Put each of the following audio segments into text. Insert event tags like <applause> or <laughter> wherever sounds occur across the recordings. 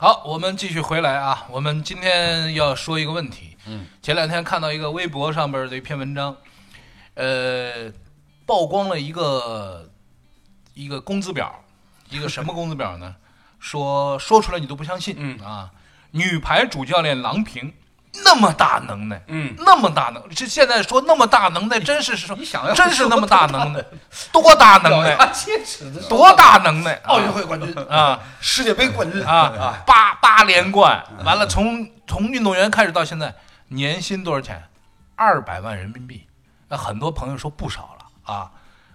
好，我们继续回来啊，我们今天要说一个问题。嗯，前两天看到一个微博上边的一篇文章，呃，曝光了一个一个工资表，一个什么工资表呢？ <laughs> 说说出来你都不相信。嗯啊，女排主教练郎平那么大能耐， <laughs> 嗯，那么大能，这现在说那么大能耐，真是说你想要真是那么大能 <laughs> 耐，多大能耐，牙切齿的多大能耐啊！奥运会冠军，啊！世界杯冠军啊，八八连冠，完了从从运动员开始到现在，年薪多少钱？二百万人民币。那很多朋友说不少了啊。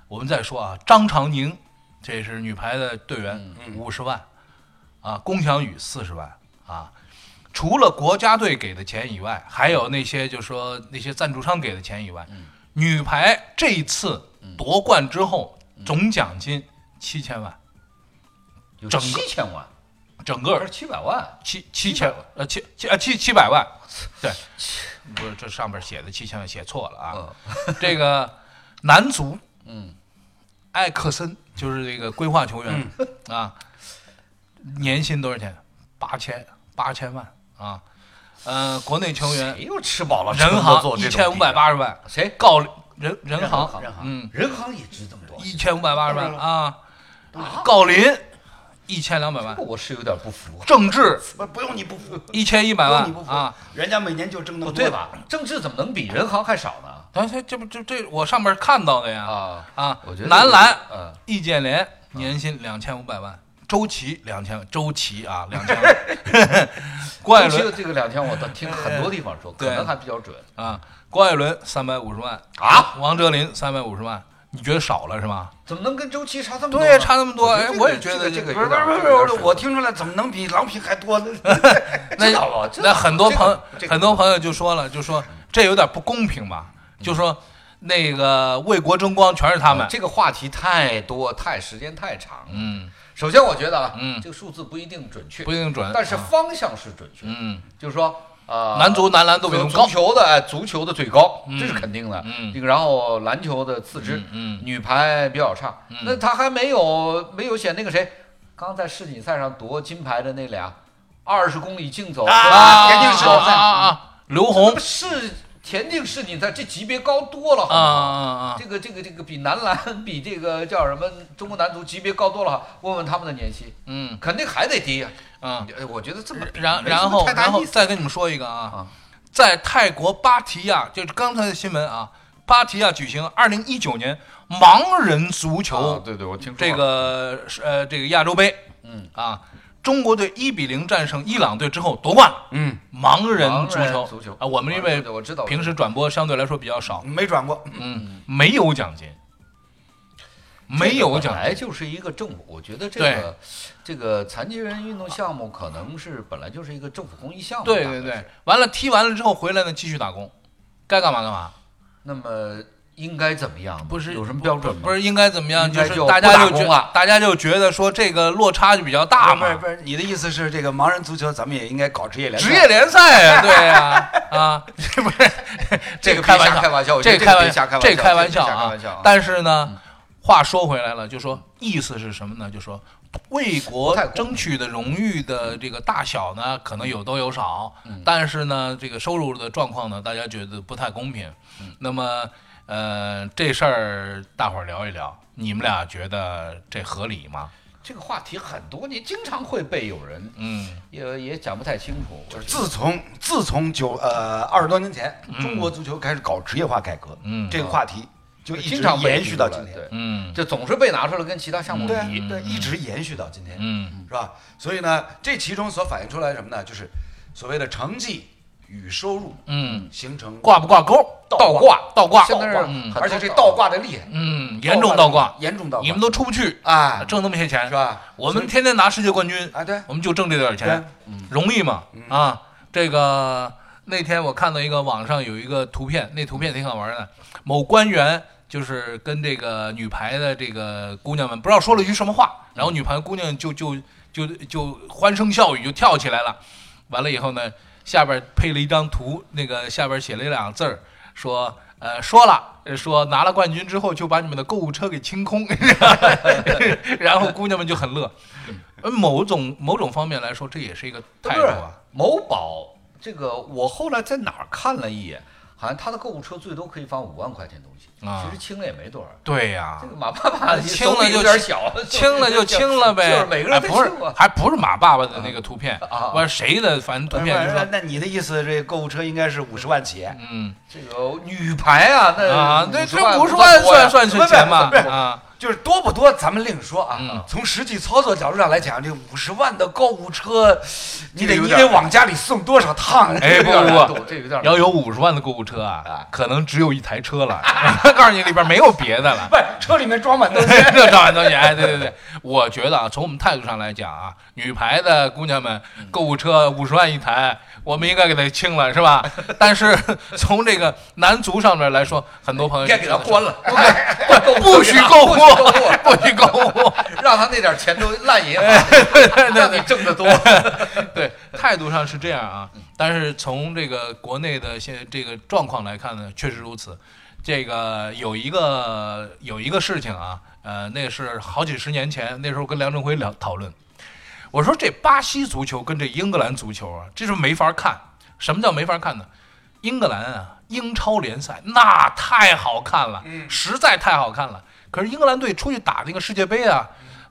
我们再说啊，张常宁，这是女排的队员，五十万啊，龚翔宇四十万啊。除了国家队给的钱以外，还有那些就说那些赞助商给的钱以外，女排这一次夺冠之后总奖金七千万，有整个七千万，整不个是七百万，七七千呃七七呃七七百万，对，不是这上面写的七千万写错了啊。这个男足，嗯，艾克森就是这个规划球员、啊，年薪多少钱？八千八千万啊。呃，国内球员，啊谁又吃饱了撑人着行做一这千种五比百赛？八十万，谁告人人人行行人行嗯人行也值这么多？一千五百八十万啊，啊郜林一千两百万，我是有点不服啊，郑智不不用你不服，一千一百不万用你不服啊。，人家每年就挣那不么哦对多，？吧？政治怎么能比人行还少呢？但是这不这这我上面看到的呀啊啊！我觉得男篮，嗯，易建联年薪两千五百万，周琦两千，周琦啊两千万， <laughs> 郭艾这个伦这个两天我倒听很多地方说，可对能还比较准啊，郭艾伦三百五十万，啊？王哲林三百五十万，你觉得少了是吗？怎么能跟周琦差这么多呢？对，差那么多，我觉哎得，这个我也觉得这个不有是不点是不有点是，水我听出来怎么能比郎平还多呢？那知道了知道那很多这个朋友这个嗯很多朋友就说了，就说这有点不公平吧，就说那个为国争光全是他们，呃这个话题太多，太时间太长。嗯，首先，我觉得啊，嗯这个数字不一定准确，不一定准，但是啊方向是准确。嗯，就是说，呃，男足男篮都比我足们高足，球的哎足球的最高，嗯这是肯定的。嗯这个然后篮球的次之，嗯嗯女排比较差。嗯那他还没有没有选那个谁，刚在世锦赛上夺金牌的那俩，二十公里竞走啊田径世啊锦赛啊啊啊！刘虹是田径世锦赛，这级别高多了，好啊吗？啊啊！这个这个这个比男篮比这个叫什么中国男足级别高多了，问问他们的年薪，嗯肯定还得低呀、啊，哎我觉得这么比然没什么然后太大然后意思再跟你们说一个啊啊，在泰国芭提雅，就是刚才的新闻啊，芭提雅举行二零一九年盲人足啊球对对，我听说这了个呃这个亚洲杯，嗯啊，中国队一比零战胜伊朗队之后夺冠，嗯，盲人足盲人球足球啊，我们因为我知道平时转播相对来说比较少， <laughs> 没转过，嗯，没有奖金，没有这个奖本金来。就是一个政府，我觉得这对个这个残疾人运动项目可能是本来就是一个政府公益项目，对大对概对是，，完了踢完了之后回来呢，继续打工，该干嘛干嘛。那么应该怎么样呢？不是有什么标准吗？不是应该怎么样？应该是就大不家打就觉工了大家就觉得说这个落差就比较大 <laughs> 不是嘛不。是，你的意思是这个盲人足球咱们也应该搞职业联赛？职业联赛呀，对呀， <laughs> 啊，不是这这个个开玩别瞎开玩笑，我觉得个这开个别玩瞎笑开，玩这笑，个开玩这个笑别瞎开啊玩笑啊。但是呢，话说回来了，就说意思是什么呢？就说为国不太公平争取的荣誉的这个大小呢，可能有多有少嗯，但是呢，这个收入的状况呢，大家觉得不太公平。嗯那么，呃，这事儿大伙儿聊一聊，你们俩觉得这合理吗？这个话题很多年经常会被有人嗯也也讲不太清楚，就是自从自从九呃二十多年前，中国足球开始搞职业化改革，嗯这个话题就一经直常被延提续出到来今天，对，嗯这总是被拿出来跟其他项目对啊比。对，一直延续到今天，嗯是吧？所以呢，这其中所反映出来什么呢？就是所谓的成绩与收入嗯，形成挂不挂钩？倒倒挂，倒挂，现在是嗯很多而且这倒挂的厉害，嗯，严重倒挂，严重倒挂，你们都出不去，啊，挣那么些钱是吧？我们天天拿世界冠军，啊，对，我们就挣这点对嗯钱，，容易吗？啊，这个那天我看到一个网上有一个图片，那图片挺好玩的。某官员就是跟这个女排的这个姑娘们不知道说了一句什么话，然后女排姑娘就就就就欢声笑语就跳起来了。完了以后呢，下边配了一张图，那个下边写了两个字儿，说呃说了，呃说拿了冠军之后就把你们的购物车给清空，然后姑娘们就很乐。而某种某种方面来说，这也是一个不态是度啊。某宝这个，我后来在哪儿看了一眼，好像他的购物车最多可以放五万块钱东西，啊其实清了也没多少。对呀、这个马爸爸清了手里就有点小，清了 <laughs> 就清了呗，就是每个人哎都不是清过，还不是马爸爸的那个图片，啊不是谁的，反 <laughs> 正图片就那说，那你的意思，这购物车应该是五十万起？嗯这个女排啊，那啊，那50这五十不万算多呀算算是不是钱吗不？是啊，就是多不多，咱们另说啊。嗯从实际操作角度上来讲，这五十万的购物车，你得这个有你点得往家里送多少趟？哎这不有点不难不度，这有点难要度有五十万的购物车啊啊，可能只有一台车 <laughs> 了。告诉你，里边没有别的 <laughs> 了。 <laughs> 不是，车里面装满东 <laughs> 西。这照万东西， <laughs> 哎，对对对，我觉得啊，从我们态度上来讲啊，女排的姑娘们购物车五十万一台，我们应该给她清了，是 <laughs> 吧？但是从这个男足上面来说，很多朋友该给他关，关了，不 <laughs> 不许购物不许购物， <laughs> 不许购物。让他那点钱都烂 <laughs> 银行，让你挣得多。对，态度上是这样啊，但是从这个国内的现在这个状况来看呢，确实如此。这个有一个有一个事情啊，呃，那是好几十年前，那时候跟梁振辉聊讨论，我说这巴西足球跟这英格兰足球啊，这是没法看。什么叫没法看呢？英格兰啊，英超联赛那太好看了，嗯实在太好看了。可是英格兰队出去打那个世界杯啊，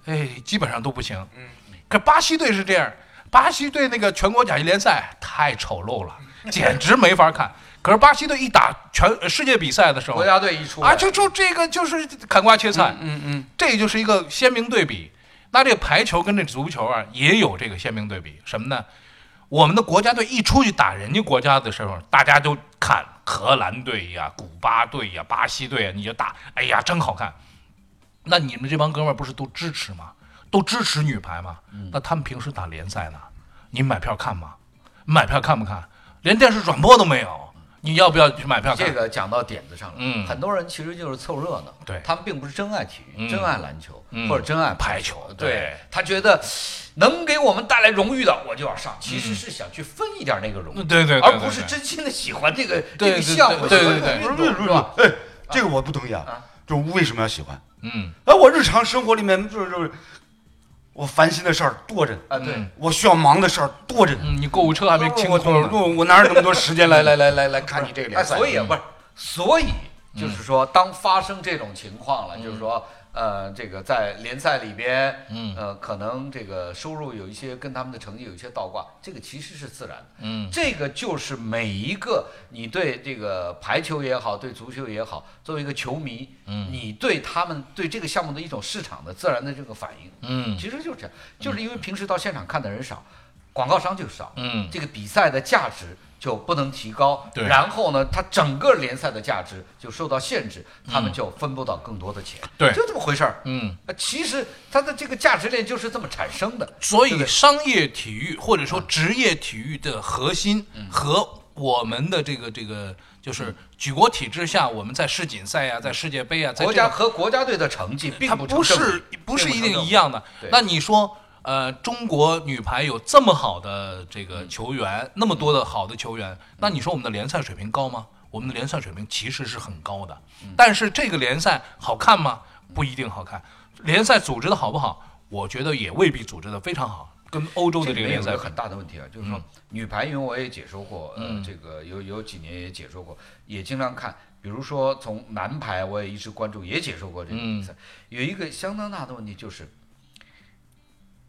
哎，基本上都不行。嗯可巴西队是这样，巴西队那个全国甲级联赛太丑陋了，简直没法看。可是巴西队一打全呃世界比赛的时候国，家队一出来啊，就就这个就是砍瓜切菜，嗯嗯，这就是一个鲜明对比。那这个排球跟这足球啊，也有这个鲜明对比，什么呢？我们的国家队一出去打人家国家的时候，大家都看荷兰队呀、古巴队呀、巴西队呀，你就打，哎呀，真好看。那你们这帮哥们儿不是都支持吗？都支持女排吗？嗯那他们平时打联赛呢？你买票看吗？买票看不看？连电视转播都没有，你要不要去买 <laughs> 票看？这个讲到点子上了。嗯很多人其实就是凑热闹，对他们并不是真爱体育、嗯真爱篮球、嗯或者真爱排排球对对他觉得能给我们带来荣誉的，我就要上，其实是想去分一点那个荣誉，嗯对对对而不对是对真心的喜欢这个对这个对项目，对喜欢对对这个运不是动不是是吧？哎，这个我不同意啊啊。就为什么要喜欢？嗯哎，我日常生活里面就是就是，我烦心的事儿多着呢，啊，嗯对，我需要忙的事儿多着呢。嗯，你购物车还没清我空呢。我我哪有那么多时间来来来来来看你这哎，个联赛？所嗯以啊不是，所以就是说，当发生这种情况了，就是说，呃，这个在联赛里边，嗯呃，可能这个收入有一些跟他们的成绩有一些倒挂，这个其实是自然的。嗯，这个就是每一个你对这个排球也好，对足球也好，作为一个球迷，嗯你对他们对这个项目的一种市场的自然的这个反应，嗯其实就是这样，就是因为平时到现场看的人少，广告商就少，嗯这个比赛的价值就不能提高，对然后呢，它整个联赛的价值就受到限制，他们就分不到更多的钱，嗯对就这么回事儿。嗯，呃其实它的这个价值链就是这么产生的，所对以不对商业体育或者说职业体育的核心和我们的这个这个就是举国体制下，我们在世锦赛啊，在世界杯啊，在国这家个和国家队的成绩并它成不正比是不是并一成定正一比样的对。那你说，呃，中国女排有这么好的这嗯个球员，那么多的好的球员，那你说我们的联赛水平高吗？我们的联赛水平其实是很高的，嗯但是这个联赛好看吗？不一定好看。嗯联赛组织的好不好？我觉得也未必组织的非常好，跟欧洲的这这里个面联有一赛个比很大的问题啊，就是说嗯女排，因为我也解说过，呃，嗯这个有有几年也解说过，也经常看。比如说从男排，我也一直关注，也解说过这个比赛。有一个相当大的问题就是，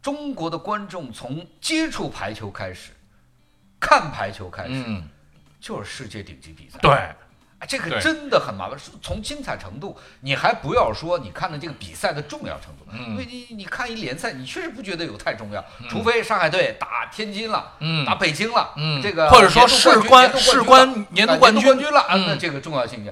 中国的观众从接触排球开始，看排球开始，嗯，就是世界顶级比赛。对，啊，这对个真的很麻烦。是从精彩程度，你还不要说你看的这个比赛的重要程度，嗯因为你你看一联赛，你确实不觉得有太重要，除非上海队打天津了，嗯打北京了，嗯这个或者说年度事关军事关年年度度冠冠军军了啊年度冠军嗯了，啊那这个重要性。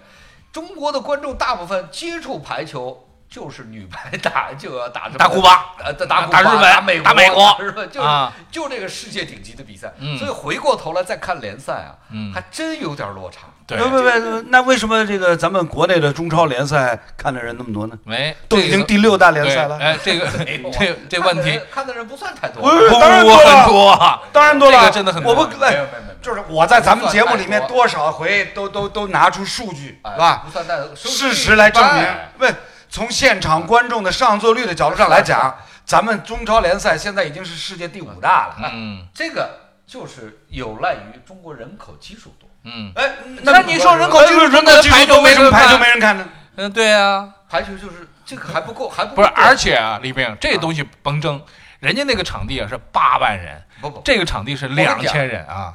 中国的观众大部分接触排球。就是女排打就要打什么打古巴呃，打古打巴日本打美国、打美国是吧？就是啊就这个世界顶级的比赛嗯，所以回过头来再看联赛啊嗯，还真有点落差。对，不不不，那为什么这个咱们国内的中超联赛看的人那么多呢？没，都已经第六大联赛对了，哎，这个 <laughs> 没有啊这这问看的题 <laughs> 人看的人不算太多，不不是当然不多了很多啊，当然多了，这个真的很多我不没哎有没有没有，就是我在咱们节目里面不算太多多少回都都都拿出数据，哎是吧？不算太多，收视率哎事哎实来证一般。明哎问从现场观众的上座率的角度上来讲，咱们中超联赛现在已经是世界第五大了。嗯这个就是有赖于中国人口基数多，嗯哎，那你说人口基数呃人那口基排数球多，为没什么人排看球没人看呢？嗯，对啊，排球就是这个还不够，还不不是，够多而且啊，李冰，这东西甭争，人家那个场地啊是八万人，不不，这个场地是两千人啊。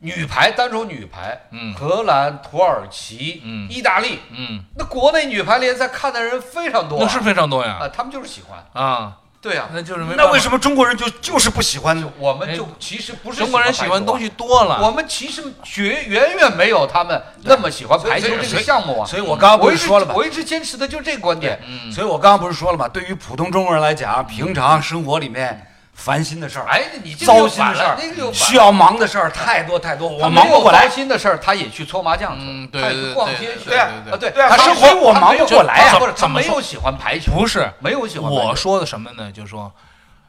女排单说女排，嗯荷兰、土耳其、嗯意大利，嗯，那国内女排联赛看的人非常多啊、那是非常多啊，呀他们就是喜欢，啊，对啊，那就是没办那法为什么中国人就就是不喜欢就呢？我们就哎其实不是中国人喜排球欢啊东西多了？我们其实绝远远没有他们那么喜欢排球这个项目啊。所以我刚刚不我一是直说了吗？我一直坚持的就是这个观点。嗯所以我刚刚不是说了吗？对于普通中国人来讲，啊平常生活里面烦心的事儿、嗯哎，你这个糟又心反的事了儿，那个又、反需了。要忙的事儿太多太多，我他忙没有不过糟来。心的事儿，他也去搓麻将去嗯，了，对对他也去对逛街去对了，对啊对，他生活我忙不过来呀他没有他怎么没说有喜欢排球，不是，没有喜欢排球。我说的什么呢？就是说，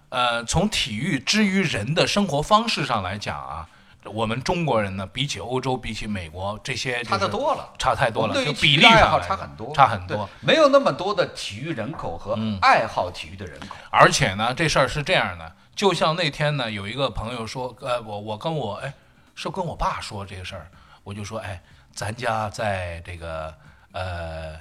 呃，从体育之于人的生活方式上来讲啊，我们中国人呢，比起欧洲，比起美国这些、差的，多了。差太多我们了，对于就体比育例的爱上好来差的很多，差很对多。，没有那么多的体育人口和嗯爱好体育的人口。而且呢，这事儿是这样的，就像那天呢，有一个朋友说，呃，我我跟我哎，是跟我爸说这个事儿，我就说，哎，咱家在这个呃，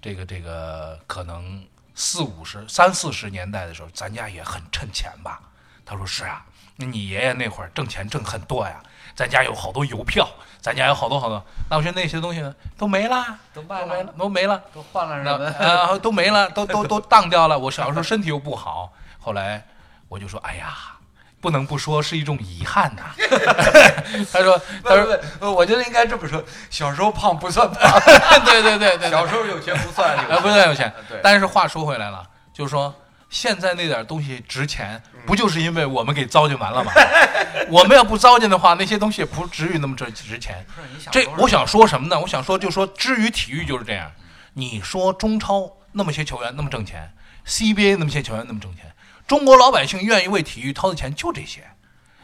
这个这个可能四五十、三四十年代的时候，咱家也很趁钱吧？他说是啊，那你爷爷那会儿挣钱挣很多呀，咱家有好多邮票，咱家有好多好多，那我说那些东西呢都没啦，都卖都没了了，，都没了。都换了那人们。呃都没了，都都都当掉了。我小时候身体又不好，后来我就说，哎呀，不能不说是一种遗憾呐、 <laughs> 他说，不他说，不不，呃我觉得应该这么说：小时候胖不算胖，对对对对，对 <laughs> 小时候有钱不算有呃不算有钱。对，但是话说回来了，就是说。现在那点东西值钱，嗯不就是因为我们给糟践完了吗？ <laughs> 我们要不糟践的话，那些东西也不至于那么值值钱。不是你想这多少嗯我想说什么呢？我想说，就说至于体育就是这样。你说中超那么些球员那么挣钱，CBA 那么些球员那么挣钱，中国老百姓愿意为体育掏的钱就这些。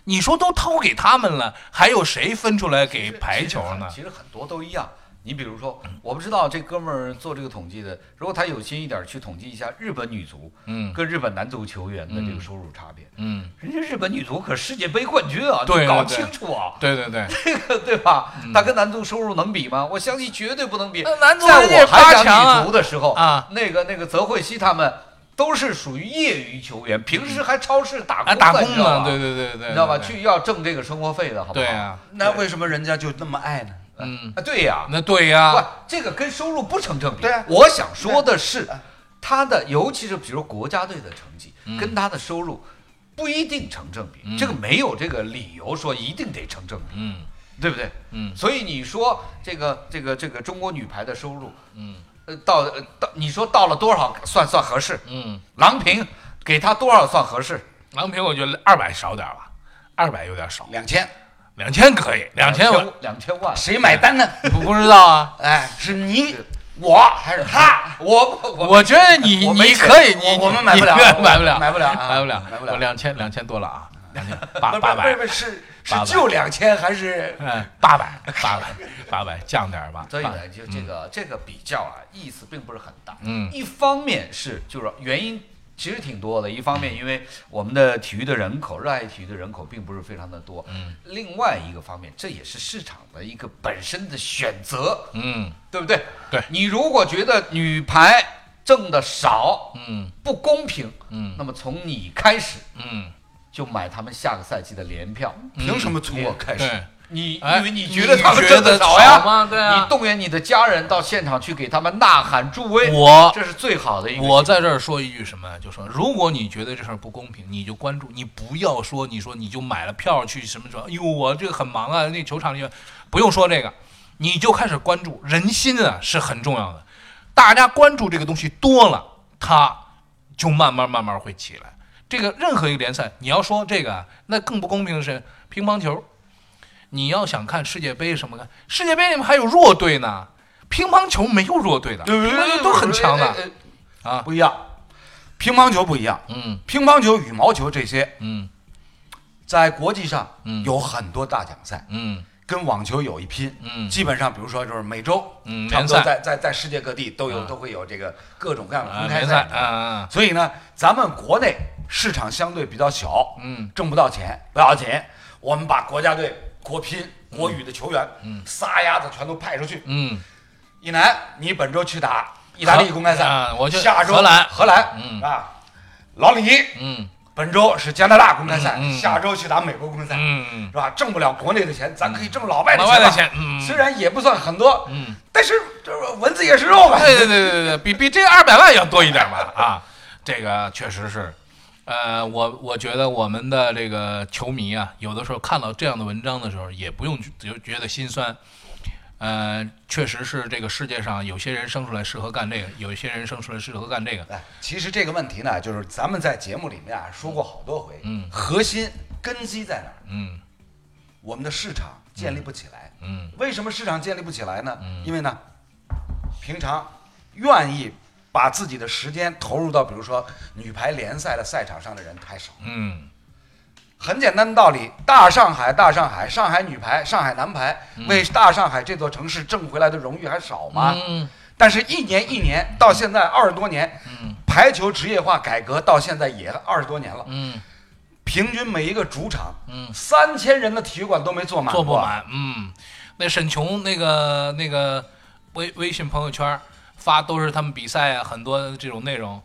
你说都掏给他们了，还有谁分出来给排球呢？嗯其实很其实很多都一样。你比如说，我不知道这哥们儿做这个统计的，如果他有心一点儿去统计一下日本女足嗯跟日本男足球员的这个收入差别，嗯，人家日本女足可世界杯冠军啊，对你搞对清楚啊，对对对，嗯这个 <laughs> 对吧？他跟男足收入能比吗？我相信绝对不能比。那男足在人家也我八还强啊讲女足的时候啊，那个那个泽慧熙他们都是属于业余球员，平时还超市打啊，工打的工你知道呢，吧对对对对对，你知道吧？对去要挣这个生活费的，好不好？对啊， <laughs> 那为什么人家就那么爱呢？嗯，啊，对呀，那对呀，不，这个跟收入不成正比。对啊我想说的是，他的尤其是比如国家队的成绩，嗯跟他的收入不一定成正比，嗯这个没有这个理由说一定得成正比，嗯对不对？嗯所以你说这个这个这个中国女排的收入，嗯呃，到呃到你说到了多少算算合适？嗯，郎平给他多少算合适？郎平我觉得二百少点儿吧，二百有点少，两千，两千可以，两千我两千万。谁买单 <laughs> 呢？不不知道 <laughs> 啊，哎，是你是我还是他？我我 <laughs> 我觉得你我没你钱可以，你我我们你买不了你我 <laughs> 买不了，买不了啊买不了，买不了我两千两千多了啊，两千八不八百不，不是是八百就两千还是？嗯，八百八百八百，降点儿吧。所以八呢，就这个、这个比较啊，意思并不是很大。嗯一方面是就是原因其实挺多的，一方面因为我们的体育的人口，热爱体育的人口并不是非常的多。嗯另外一个方面，这也是市场的一个本身的选择，嗯对不对？对你如果觉得女排挣的少嗯不公平，嗯那么从你开始嗯，就买他们下个赛季的联票。凭什么从我开始？对，你哎因为你觉得他们你觉挣得的少少呀吗？对啊你动员你的家人到现场去给他们呐喊助威，我这是最好的一个。我在这儿说一句什么，啊就说如果你觉得这事儿不公平，你就关注，你不要说你说你就买了票去什么什么，哎呦我这个很忙啊，那球场里不用说这个，你就开始关注人心啊是很重要的，大家关注这个东西多了，它就慢慢慢慢会起来。这个任何一个联赛，你要说这个啊，那更不公平的是乒乓球，你要想看世界杯什么的，世界杯里面还有弱队呢，乒乓球没有弱队的，乒乓球都很强的。呃，啊，不一样，乒乓球不一样，嗯乒乓球、羽毛球这些嗯在国际上嗯有很多大奖赛，嗯跟网球有一拼。嗯基本上，比如说就是每周，嗯差不联多赛在在在世界各地都有啊都会有这个各种各样的啊，公联开赛赛。啊啊，所以呢，咱们国内市场相对比较小，嗯，挣不到钱，不要紧，我们把国家队国乒、国羽的球员，嗯，撒丫子全都派出去。嗯，一南，你本周去打意大利公开赛，啊我去下周荷兰荷兰，嗯啊，老李，嗯本周是加拿大公开赛，嗯嗯嗯下周去打美国公开赛，嗯是吧？挣不了国内的钱，咱可以挣老外的老钱外的吧钱嗯嗯虽然也不算很多，嗯，哎但是这蚊子也是肉吧？对对对对对，比比这二百万要多一点吧啊，这个确实是，呃，我我觉得我们的这个球迷啊，有的时候看到这样的文章的时候，也不用觉觉得心酸。呃，确实是这个世界上有些人生出来适合干这个，有些人生出来适合干这个。哎，其实这个问题呢，就是咱们在节目里面啊说过好多回，嗯核心根基在哪儿？嗯我们的市场建立不起来。嗯为什么市场建立不起来呢？嗯因为呢，平常愿意把自己的时间投入到比如说女排联赛的赛场上的人太少。嗯很简单的道理，大上海，大上海，上海女排、上海男排为大上海这座城市挣回来的荣誉还少吗？嗯但是，一年一年到现在二十多年，嗯排球职业化改革到现在也二十多年了，嗯平均每一个主场嗯，三千人的体育馆都没坐满，做不。满。嗯，那沈琼那个那个微微信朋友圈发都是他们比赛啊，很多这种内容。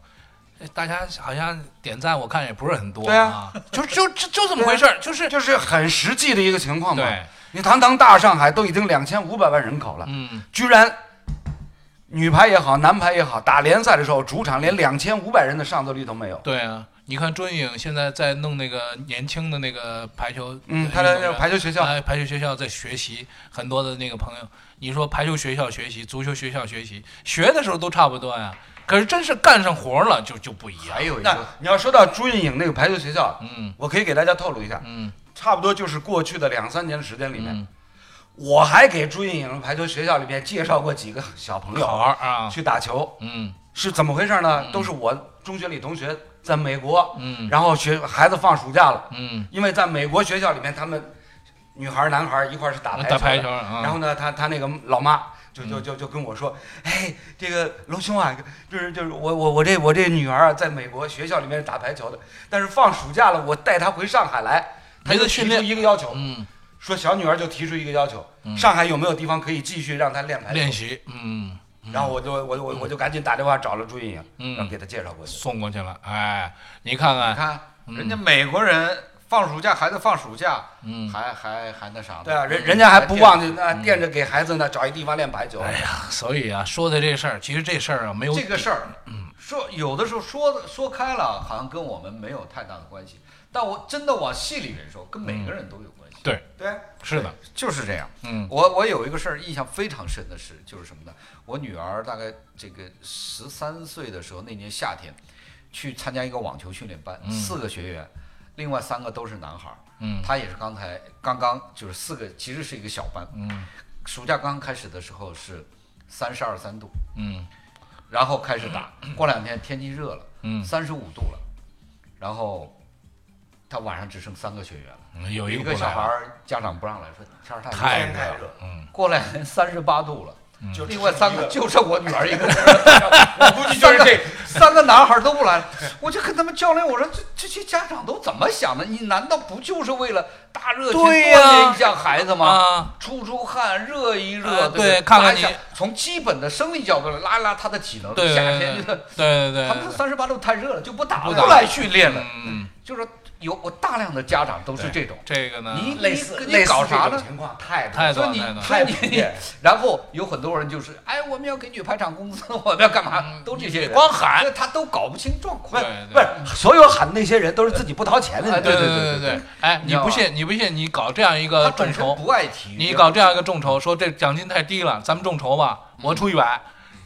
哎大家好像点赞，我看也不是很多对啊啊，就就就就这么回事儿，就是就是很实际的一个情况嘛。对，你堂堂大上海都已经两千五百万人口了，嗯居然女排也好，男排也好，打联赛的时候主场连两千五百人的上座率都没有。对啊。你看朱云影现在在弄那个年轻的那个排球，嗯，他的那个排球学校，哎，排球学校在学习，很多的那个朋友，你说排球学校学习，足球学校学习，学的时候都差不多呀，可是真是干上活了就就不一样还。有一那个，你要说到朱运颖那个排球学校，嗯我可以给大家透露一下，嗯差不多就是过去的两三年时间里面，嗯，我还给朱运颖排球学校里面介绍过几个小朋好友玩啊，去打球，嗯是怎么回事呢嗯？都是我中学里同学在美国，嗯然后学孩子放暑假了，嗯，因为在美国学校里面，他们女孩儿男孩儿一块儿是打排球打的，排球啊，然后呢，他他那个老妈就嗯就就就跟我说，哎，这个龙兄啊，就是就是我我我这我这女儿啊，在美国学校里面是打排球的，但是放暑假了，我带她回上海来，他没就得训提出练一个要求，嗯说小女儿就提出一个要求，嗯上海有没有地方可以继续让她练排球？练习，嗯，嗯然后我就我我我就赶紧打电话找了朱莹莹，嗯然后给她介绍过去。送过去了，哎，你看你看，看嗯人家美国人放暑假，孩子放暑假，嗯，还还还那啥呢？对啊，人人家还不忘记那嗯惦着给孩子呢找一地方练排球。哎呀，所以啊，说的这事儿，其实这事儿啊没有这个事儿，嗯说有的时候说说开了，好像跟我们没有太大的关系，但我真的往细里面说，跟每个人都有关系。对，对，是的，就是这样。嗯我我有一个事儿印象非常深的是，就是什么呢？我女儿大概这个十三岁的时候，那年夏天去参加一个网球训练班，嗯四个学员，另外三个都是男孩儿，嗯她也是刚才刚刚就是四个，其实是一个小班。嗯暑假刚开始的时候是三十二三度，嗯然后开始 <clears throat> 打，过两天天气热了。嗯，三十五度了，然后他晚上只剩三个学员了，有一一个不小来孩了，儿家长不让来，说天儿太太热热太了，热，嗯过两天三十八度了。就另外三个就剩我女儿一个 <laughs> 人，我估计就是这 <laughs> 三个男孩儿都不来了。我就跟他们较量，我说这这些家长都怎么想的？你难道不就是为了大热天锻对呀炼一下孩子吗？啊，出出汗，热呃一热，对不看看拉一下你从基本的生理角度来拉一拉他的体能。对夏对天对就是对 <laughs> 他们对，三十八度太热了，就不打不了，打不来训练了。嗯，就是有我大量的家长都是这种，这个呢，你类似你类似搞这啥种呢情况太多太所多以你太多所以太普你遍，然后有很多人就是，哎，我们要给女排涨工资， <laughs> 我们要干嘛，都这些人，嗯光喊所以他都搞不清状不况是。对对不是，所有喊那些人都是自己不掏钱的，哎你知道吗对对对对对对，哎，你你知道不吗信你不信，你搞这样一个他呃众本筹身，不爱体育，你搞这样一个众筹，说这奖金太低了，咱们众筹吧，我出一百，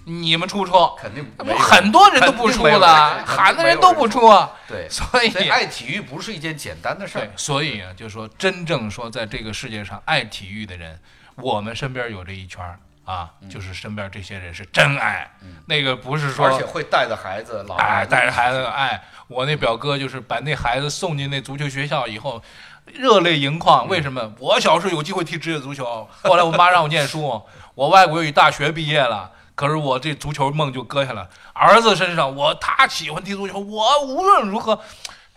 你们出出，肯定没有啊很多人都不出了，肯定没有人喊的人都不出，对，所以所以爱体育不是一件简单的事对儿，。所以啊，就说真正说在这个世界上爱体育的人，我们身边有这一圈儿啊，嗯就是身边这些人是真爱，那个不是说而且会带着孩子，老哎，带着孩子子，哎，我那表哥就是把那孩子送进那足球学校以后，热泪盈眶。为什么？我小时候有机会踢职业足球，后来我妈让我念书，我外国语大学毕业了。可是我这足球梦就搁下了，儿子身上我他喜欢踢足球，我无论如何，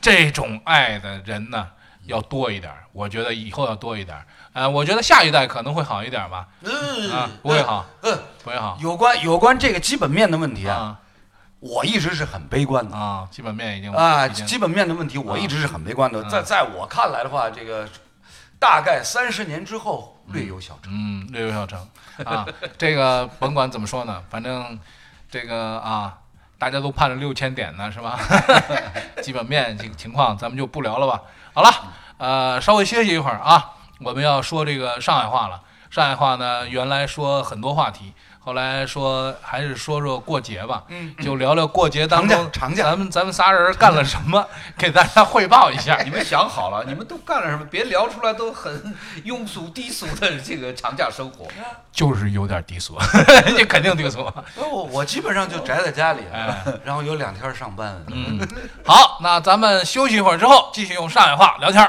这种爱的人呢要多一点儿，我觉得以后要多一点儿。呃，我觉得下一代可能会好一点吧，啊嗯，不会好，嗯，不会好有关有关这个基本面的问题啊，啊我一直是很悲观的啊，基本面已经啊，已经基本面的问题我一直是很悲观的。嗯在在我看来的话，这个大概三十年之后略有小成。嗯，略有小成啊。 <laughs> 这个甭管怎么说呢，反正这个啊，大家都盼着六千点呢，是吧？ <laughs> 基本面情情况咱们就不聊了吧。好了，呃，稍微歇息一会儿啊，我们要说这个上海话了。上海话呢，原来说很多话题，后来说还是说说过节吧，嗯，就聊聊过节当中，长假长假咱们咱们仨人干了什 <laughs> 么，给大家汇报一下。你们想好了，你们都干了什么？别聊出来都很 <laughs> 庸俗低俗的这个长假生活。就是有点低俗， <laughs> 这肯定低俗。我我基本上就宅在家里啊哎， <laughs> 然后有两天上班。嗯，好，那咱们休息一会儿之后，继续用上海话聊天儿。